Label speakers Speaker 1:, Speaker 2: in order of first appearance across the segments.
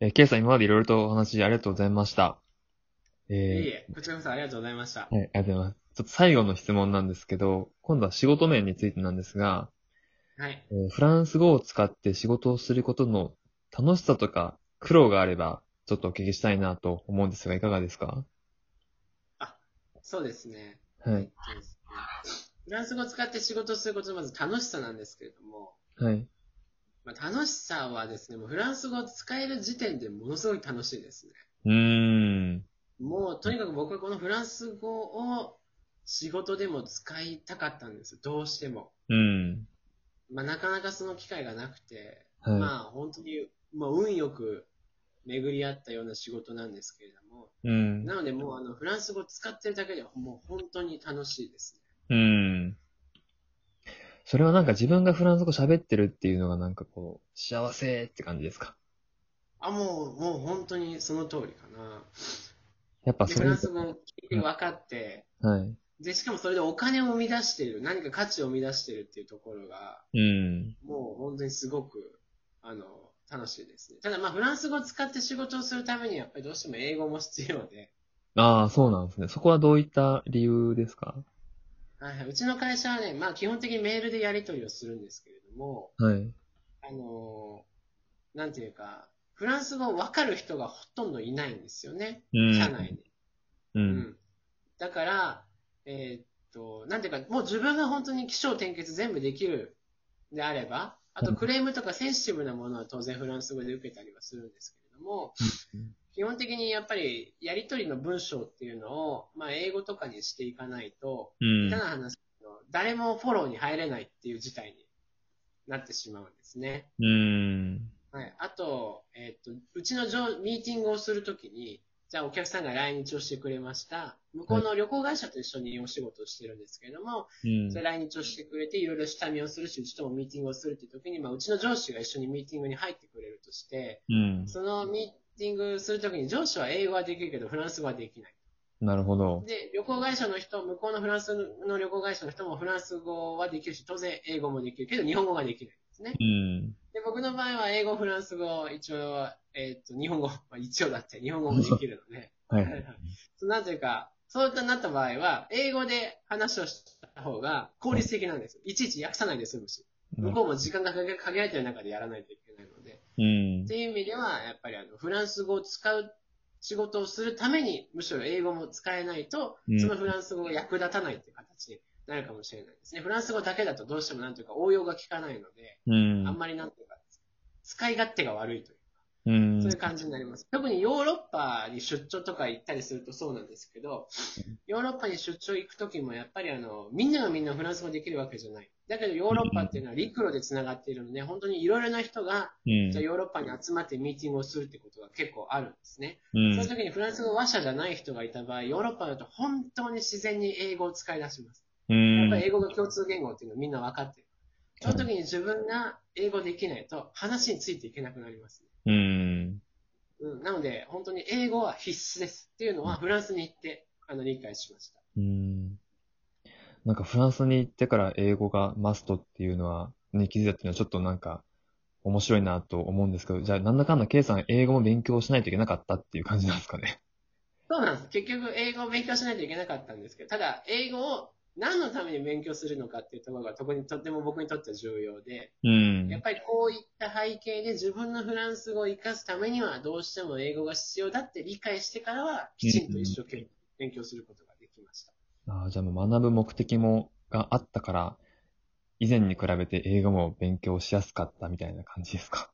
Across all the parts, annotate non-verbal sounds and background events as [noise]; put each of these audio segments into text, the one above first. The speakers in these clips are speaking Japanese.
Speaker 1: えー、ケイさん今までいろいろとお話ありがとうございました。えー
Speaker 2: いえいえ、こちらこそありがとうございまし
Speaker 1: は
Speaker 2: た。
Speaker 1: い、ありがとうございます。ちょっと最後の質問なんですけど、今度は仕事面についてなんですが、
Speaker 2: はい。
Speaker 1: えーフランス語を使って仕事をすることの楽しさとか苦労があれば、ちょっとお聞きしたいなと思うんですが、いかがですか
Speaker 2: そうですね。
Speaker 1: は
Speaker 2: えっ
Speaker 1: い。
Speaker 2: とですねフランス語を使って仕事をすることのまず楽しさなんですけれども、
Speaker 1: はい。
Speaker 2: まあ、楽しさはですね、もうフランス語を使える時点でものすごい楽しいですね。
Speaker 1: うーん。
Speaker 2: もうとにかく僕はこのフランス語を仕事でも使いたかったんですよ。どうしても。
Speaker 1: うん。
Speaker 2: まあ、なかなかその機会がなくて、
Speaker 1: は
Speaker 2: まあ本当に、まあ、運よく巡り合ったような仕事なんですけれども、
Speaker 1: い。うん。
Speaker 2: なのでもうあのフランス語を使ってるだけでもう本当に楽しいですね。
Speaker 1: うん。それはなんか自分がフランス語喋ってるっていうのがなんかこう、幸せって感じですか
Speaker 2: あ、もう、もう本当にその通りかな。
Speaker 1: やっぱ
Speaker 2: で
Speaker 1: そ
Speaker 2: フ
Speaker 1: れ
Speaker 2: ラン、ス語を聞いて分かって、
Speaker 1: はい。
Speaker 2: で、しかもそれでお金を生み出している、何か価値を生み出しているっていうところが、
Speaker 1: うん。
Speaker 2: もう本当にすごく、あの、楽しいですね。ただまあフランス語を使って仕事をするためにやっぱりどうしても英語も必要で、
Speaker 1: ああ、そうなんですね。そこはどういった理由ですか
Speaker 2: はいはいうちの会社はね、まあ基本的にメールでやり取りをするんですけれども、
Speaker 1: はい。
Speaker 2: あのーなんていうか、フランス語を分かる人がほとんどいないんですよね、
Speaker 1: うん。
Speaker 2: 社内に。
Speaker 1: う。
Speaker 2: うんだから、えーっと、なんていうか、もう自分が本当に起承転結全部できるであれば、あ
Speaker 1: うん
Speaker 2: とクレームとかセンシティブなものは当然フランス語で受けたりはするんですけれども
Speaker 1: うん、
Speaker 2: 基本的にやっぱりやり取りの文章っていうのを、まあ英語とかにしていかないと、
Speaker 1: うん
Speaker 2: ただ話すけど誰もフォローに入れないっていう事態になってしまうんですね。
Speaker 1: うん。
Speaker 2: はい、あと,、えっと、うちの上ミーティングをするときに、じゃあお客さんが来日をしてくれました。向こうの旅行会社と一緒にお仕事をしてるんですけれども、
Speaker 1: うん
Speaker 2: それ来日をしてくれて、いろいろ下見をするし、うちともミーティングをするっていうときに、まあ、うちの上司が一緒にミーティングに入ってくれるとして、
Speaker 1: うん。
Speaker 2: そのミーティングするときに上司は英語はできるけど、フランス語はできない。
Speaker 1: なるほど。
Speaker 2: で、旅行会社の人、向こうのフランスの旅行会社の人もフランス語はできるし、当然英語もできるけど、日本語ができないんですね。
Speaker 1: うん。
Speaker 2: で、僕の場合は英語、フランス語、一応、えっ、と、日本語、ま [laughs] あ、一応だって、日本語もできるので、
Speaker 1: はい
Speaker 2: はいは。いそうなんというか、そういったなった場合は、英語で話をした方が効率的なんですよ。いちいち訳さないで済むし、向こうも時間がかけ限られてる中でやらないといけないので、
Speaker 1: うん
Speaker 2: っ。ていう意味では、やっぱりあの、フランス語を使う仕事をするために、むしろ英語も使えないと
Speaker 1: うん、
Speaker 2: そのフランス語が役立たないっていう形になるかもしれないですね。フランス語だけだとどうしてもなんというか応用が効かないので、
Speaker 1: うん。
Speaker 2: あんまりなんていうか、使い勝手が悪い
Speaker 1: う
Speaker 2: という、
Speaker 1: ん
Speaker 2: そういう感じになります。特にヨーロッパに出張とか行ったりするとそうなんですけど、ヨーロッパに出張行くときもやっぱりあの、みんながみんなフランス語できるわけじゃない。だけどヨーロッパっていうのは陸路で繋がっているので、本当にいろいろな人が、
Speaker 1: うん
Speaker 2: じゃあヨーロッパに集まってミーティングをするってことが結構あるんですね。
Speaker 1: うん
Speaker 2: その時にフランス語話者じゃない人がいた場合、ヨーロッパだと本当に自然に英語を使い出します。
Speaker 1: うん
Speaker 2: やっぱり英語が共通言語っていうのみんな分かってる。その時に自分が英語できないと話についていけなくなります、
Speaker 1: うん。
Speaker 2: ね。うん、なので、本当に英語は必須ですっていうのはフランスに行ってあの理解しました。
Speaker 1: うん。なんかフランスに行ってから英語がマストっていうのは、に気づいたっていうのはちょっとなんか面白いなと思うんですけど、じゃあなんだかんだ K さん英語も勉強しないといけなかったっていう感じなんですかね。
Speaker 2: そうなんです。結局英語を勉強しないといけなかったんですけど、ただ英語を何のために勉強するのかっていうところが特にとっても僕にとっては重要で、
Speaker 1: うん
Speaker 2: やっぱりこういった背景で自分のフランス語を活かすためにはどうしても英語が必要だって理解してからはきちんと一生懸命勉強することができました。
Speaker 1: ああ、じゃあもう学ぶ目的も、があったから、以前に比べて英語も勉強しやすかったみたいな感じですか。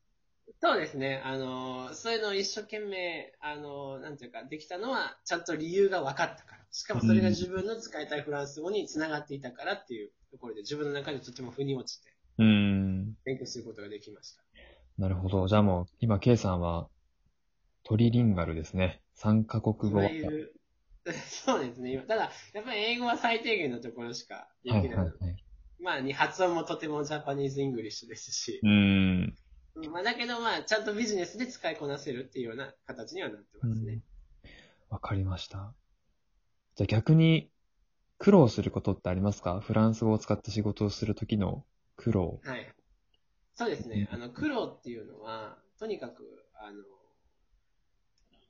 Speaker 2: そうですね。あのー、そういうのを一生懸命、あのー、なんていうか、できたのは、ちゃんと理由が分かったから。しかもそれが自分の使いたいフランス語につながっていたからっていうところで、自分の中でとても腑に落ちて
Speaker 1: うーん。
Speaker 2: 勉強することができました。
Speaker 1: なるほど。じゃあもう、今、K さんは、トリリンガルですね。3カ国語
Speaker 2: 今
Speaker 1: は。
Speaker 2: 言う、 [laughs] そうですね。今ただ、やっぱり英語は最低限のところしかでき
Speaker 1: は
Speaker 2: ない
Speaker 1: い
Speaker 2: ので、
Speaker 1: はいはい。
Speaker 2: まあ、に発音もとてもジャパニーズ・イングリッシュですし
Speaker 1: う、ーん。
Speaker 2: まあ、だけどまあ、ちゃんとビジネスで使いこなせるっていうような形にはなって
Speaker 1: う
Speaker 2: ますね。
Speaker 1: んわかりました。じゃあ逆に、苦労することってありますかフランス語を使って仕事をするときの苦労。
Speaker 2: はい。そうですね。あの、苦労っていうのは、とにかく、あの、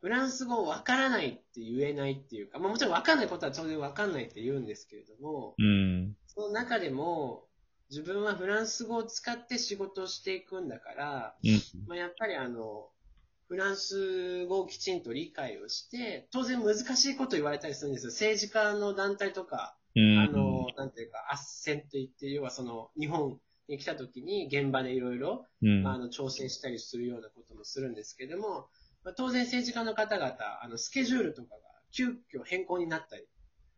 Speaker 2: フランス語わからないって言えないっていうか、まあもちろんわかんないことは当然わかんないって言うんですけれども、
Speaker 1: うん。
Speaker 2: その中でも、自分はフランス語を使って仕事をしていくんだから、
Speaker 1: うん。
Speaker 2: まあ、やっぱりあの、フランス語をきちんと理解をして、当然難しいこと言われたりするんですよ。政治家の団体とか、
Speaker 1: うん。
Speaker 2: あの、なんていうか、斡旋といって、要はその、日本に来た時に現場でいろいろ、
Speaker 1: うん。
Speaker 2: あの、調整したりするようなこともするんですけども、まあ、当然政治家の方々、あの、スケジュールとかが急遽変更になったり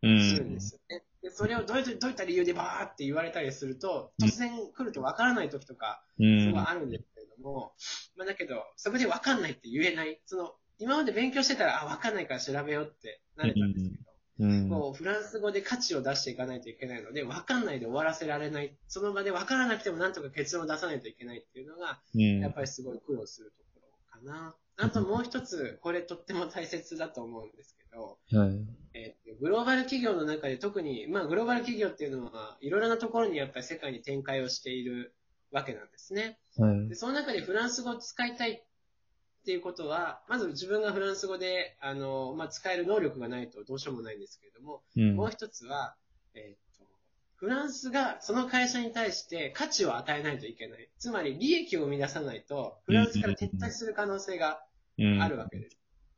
Speaker 1: うん。
Speaker 2: するんですよね。で、それをどういった、どういった理由でバーって言われたりすると、突然来るとわからない時とか、
Speaker 1: う
Speaker 2: そ
Speaker 1: ん。
Speaker 2: れはあるんですけれども、まあだけど、そこで分かんないって言えない。その、今まで勉強してたら、あ、分かんないから調べようってなれたんですけど、
Speaker 1: うん。
Speaker 2: こう、フランス語で価値を出していかないといけないので、分かんないで終わらせられない。その場で分からなくてもなんとか結論を出さないといけないっていうのが、
Speaker 1: うん。
Speaker 2: やっぱりすごい苦労するところかな。あともう一つ、これとっても大切だと思うんですけど、
Speaker 1: はい。
Speaker 2: えーグローバル企業の中で特に、まあグローバル企業っていうのは、いろいろなところにやっぱり世界に展開をしているわけなんですね。
Speaker 1: はい
Speaker 2: で。その中でフランス語を使いたいっていうことは、まず自分がフランス語で、あの、まあ、使える能力がないとどうしようもないんですけれども、
Speaker 1: うん。
Speaker 2: もう一つは、えーっと、フランスがその会社に対して価値を与えないといけない。つまり利益を生み出さないと、フランスから撤退する可能性が
Speaker 1: うん
Speaker 2: あるわけです。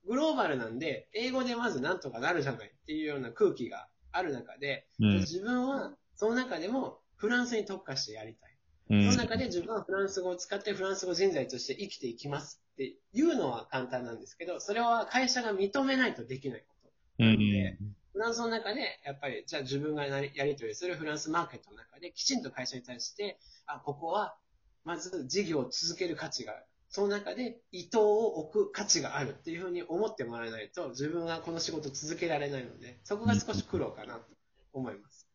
Speaker 2: グローバルなんで、英語でまずなんとかなるじゃないっていうような空気がある中で、
Speaker 1: うん。
Speaker 2: 自分はその中でもフランスに特化してやりたい。
Speaker 1: うん
Speaker 2: その中で自分はフランス語を使ってフランス語人材として生きていきますっていうのは簡単なんですけど、それは会社が認めないとできないこと。
Speaker 1: うん。
Speaker 2: フランスの中で、やっぱり、じゃあ自分がなりやり取りするフランスマーケットの中で、きちんと会社に対して、あ、ここは、まず事業を続ける価値がある。その中で、伊藤を置く価値があるっていうふうに思ってもらえないと、自分はこの仕事を続けられないので、そこが少し苦労かなと思います。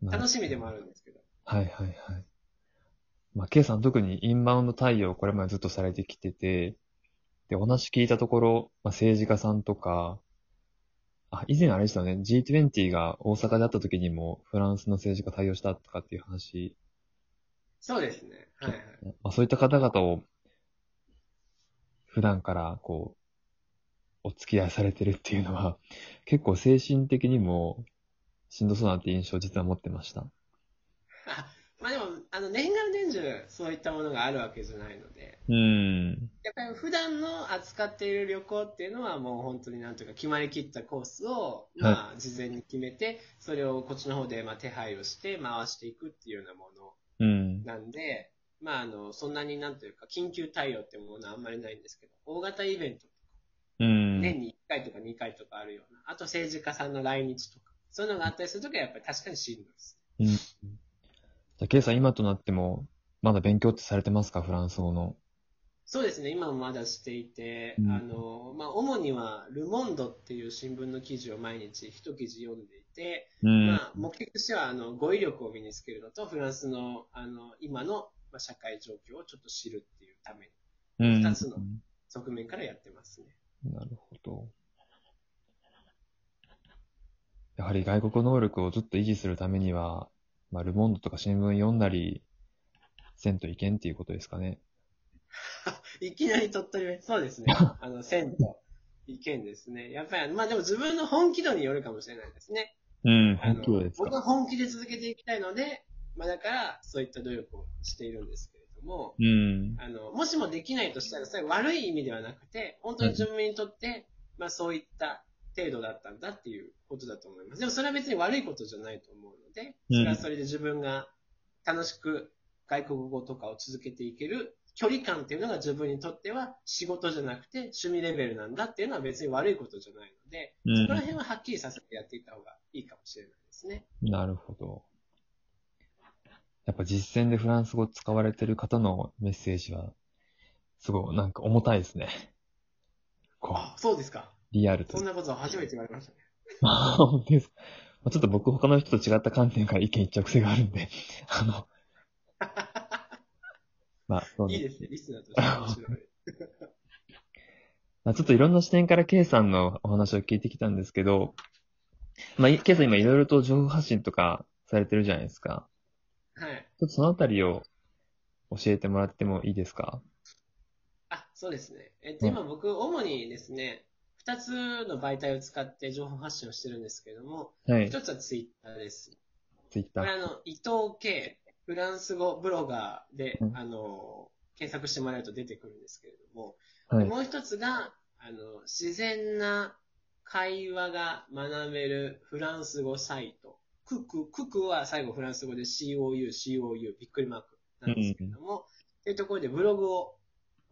Speaker 1: なる
Speaker 2: 楽しみでもあるんですけど。
Speaker 1: はいはいはい。まあ、K さん特にインバウンド対応をこれまでずっとされてきてて、で、お話聞いたところ、まあ、政治家さんとか、あ、以前あれですよね、G20 が大阪であった時にもフランスの政治家対応したとかっていう話、
Speaker 2: そうですね。はいはい。
Speaker 1: まあ、そういった方々を普段からこう、お付き合いされてるっていうのは、 [laughs] 結構精神的にもしんどそうなって印象を実は持ってました。
Speaker 2: あまあでも、あの、年がら年中、そういったものがあるわけじゃないので、
Speaker 1: うん。
Speaker 2: やっぱり普段の扱っている旅行っていうのはもう本当になんというか決まりきったコースを、まあ、事前に決めて、それをこっちの方で、まあ、手配をして回していくっていうようなも
Speaker 1: うん。
Speaker 2: のなんで、まあ、あの、そんなになんというか、緊急対応ってものはあんまりないんですけど、大型イベント、
Speaker 1: うん。
Speaker 2: 年に1回とか2回とかあるような、あと政治家さんの来日とか、そういうのがあったりするときはやっぱり確かにしんどいです。
Speaker 1: うん。じゃあ、ケイさん、今となっても、まだ勉強ってされてますかフランス語の。
Speaker 2: そうですね、今もまだしていて、
Speaker 1: うん
Speaker 2: あの、まあ、主には、ルモンドっていう新聞の記事を毎日一記事読んでいて、
Speaker 1: うん
Speaker 2: まあ、目的としては、あの、語彙力を身につけるのと、フランスの、あの、今の、まあ、社会状況をちょっと知るっていうために、
Speaker 1: うん
Speaker 2: 二つの側面からやってますね。
Speaker 1: なるほど。やはり外国能力をずっと維持するためには、まあ、ルモンドとか新聞読んだり、せんといけんっていうことですかね。
Speaker 2: いきなり鳥取弁、そうですね。あの、線と意見ですね。 [laughs] やっぱりあの、まあ、でも自分の本気度によるかもしれないですね。
Speaker 1: うん
Speaker 2: あの僕は本気で続けていきたいので、まあ、だから、そういった努力をしているんですけれども、
Speaker 1: うん。
Speaker 2: あの、もしもできないとしたら、それは悪い意味ではなくて、本当に自分にとって、まあそういった程度だったんだっていうことだと思います。でもそれは別に悪いことじゃないと思うので、
Speaker 1: うん
Speaker 2: それはそれで自分が楽しく外国語とかを続けていける距離感っていうのが自分にとっては仕事じゃなくて趣味レベルなんだっていうのは別に悪いことじゃないので、
Speaker 1: うん
Speaker 2: そこら辺ははっきりさせてやっていった方がいいかもしれないですね。
Speaker 1: なるほど。やっぱ実践でフランス語使われてる方のメッセージは、すごい、なんか重たいですね。こう、
Speaker 2: あ、そうですか。
Speaker 1: リアルというか
Speaker 2: そんなことは初めて言われましたね。
Speaker 1: あ本当ですか。まあちょっと僕他の人と違った観点から意見言っちゃう癖があるんで、 [laughs] あの、まあ、そう
Speaker 2: い
Speaker 1: ね
Speaker 2: いですね、リスナーとして面白い。
Speaker 1: まあ、ちょっといろんな視点から K さんのお話を聞いてきたんですけど、まあ、い K さん今いろいろと情報発信とかされてるじゃないですか。
Speaker 2: はい。
Speaker 1: [laughs] ちょっとそのあたりを教えてもらってもいいですか
Speaker 2: あ、そうですね。えっと、
Speaker 1: うん
Speaker 2: 今僕、主にですね、二つの媒体を使って情報発信をしてるんですけども、
Speaker 1: はい。
Speaker 2: 一つはツイッターです。
Speaker 1: ツイッタ
Speaker 2: これ
Speaker 1: ー。
Speaker 2: あの、伊藤圭、フランス語ブロガーで
Speaker 1: う、ん
Speaker 2: あの、検索してもらうと出てくるんですけれども、
Speaker 1: はい。
Speaker 2: もう一つが、あの、自然な会話が学べるフランス語サイト。クク、ククは最後フランス語で COU、COU、びっくりマークなんですけれども、っていうところでブログを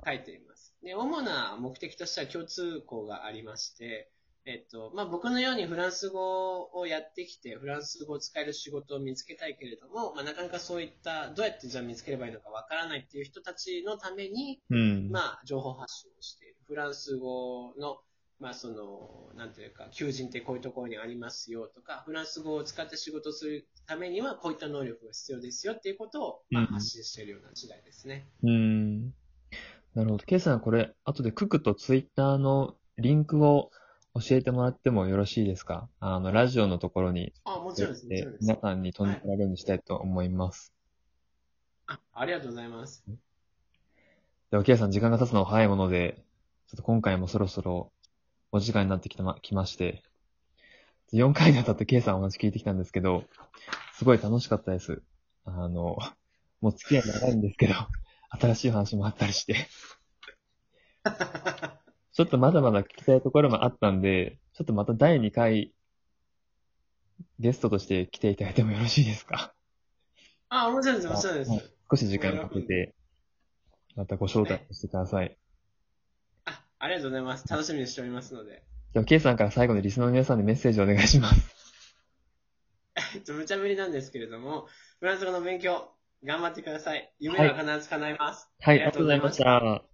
Speaker 2: 書いています。で、主な目的としては共通項がありまして、えっと、まあ、僕のようにフランス語をやってきて、フランス語を使える仕事を見つけたいけれども、まあ、なかなかそういった、どうやってじゃあ見つければいいのかわからないっていう人たちのために、
Speaker 1: うん。
Speaker 2: まあ、情報発信をしている。フランス語の、まあ、その、なんていうか、求人ってこういうところにありますよとか、フランス語を使って仕事するためには、こういった能力が必要ですよっていうことを、まあ、
Speaker 1: うん
Speaker 2: 発信しているような時代ですね。
Speaker 1: うん。なるほど。ケイさん、これ、後でククとツイッターのリンクを教えてもらってもよろしいですかあの、ラジオのところに、
Speaker 2: あ、もちろんです。もちろんです
Speaker 1: 皆。さんに飛んでもらえるようにしたいと思います。
Speaker 2: あありがとうございます。 [laughs]
Speaker 1: では、ケイさん、時間が経つのは早いもので、ちょっと今回もそろそろお時間になってきたま、きまして、4回にわたってケイさんお話聞いてきたんですけど、すごい楽しかったです。あの、もう付き合い長いんですけど、新しい話もあったりして。ちょっとまだまだ聞きたいところもあったんで、ちょっとまた第2回、ゲストとして来ていただいてもよろしいですか [laughs]
Speaker 2: あ、面白いです。面白いです。
Speaker 1: はい少し時間をかけて、またご招待してください。
Speaker 2: あ、ありがとうございます。楽しみにしておりますので。
Speaker 1: では、ケイさんから最後にリスナーの皆さんでメッセージをお願いします。
Speaker 2: えっと、無茶ぶりなんですけれども、フランス語の勉強、頑張ってください。夢は必ず叶います。
Speaker 1: はい、あ
Speaker 2: あ
Speaker 1: りが
Speaker 2: りが
Speaker 1: と
Speaker 2: と
Speaker 1: う
Speaker 2: う
Speaker 1: ご
Speaker 2: ご
Speaker 1: ざ
Speaker 2: ざ
Speaker 1: い
Speaker 2: い
Speaker 1: ま
Speaker 2: ま
Speaker 1: し。
Speaker 2: した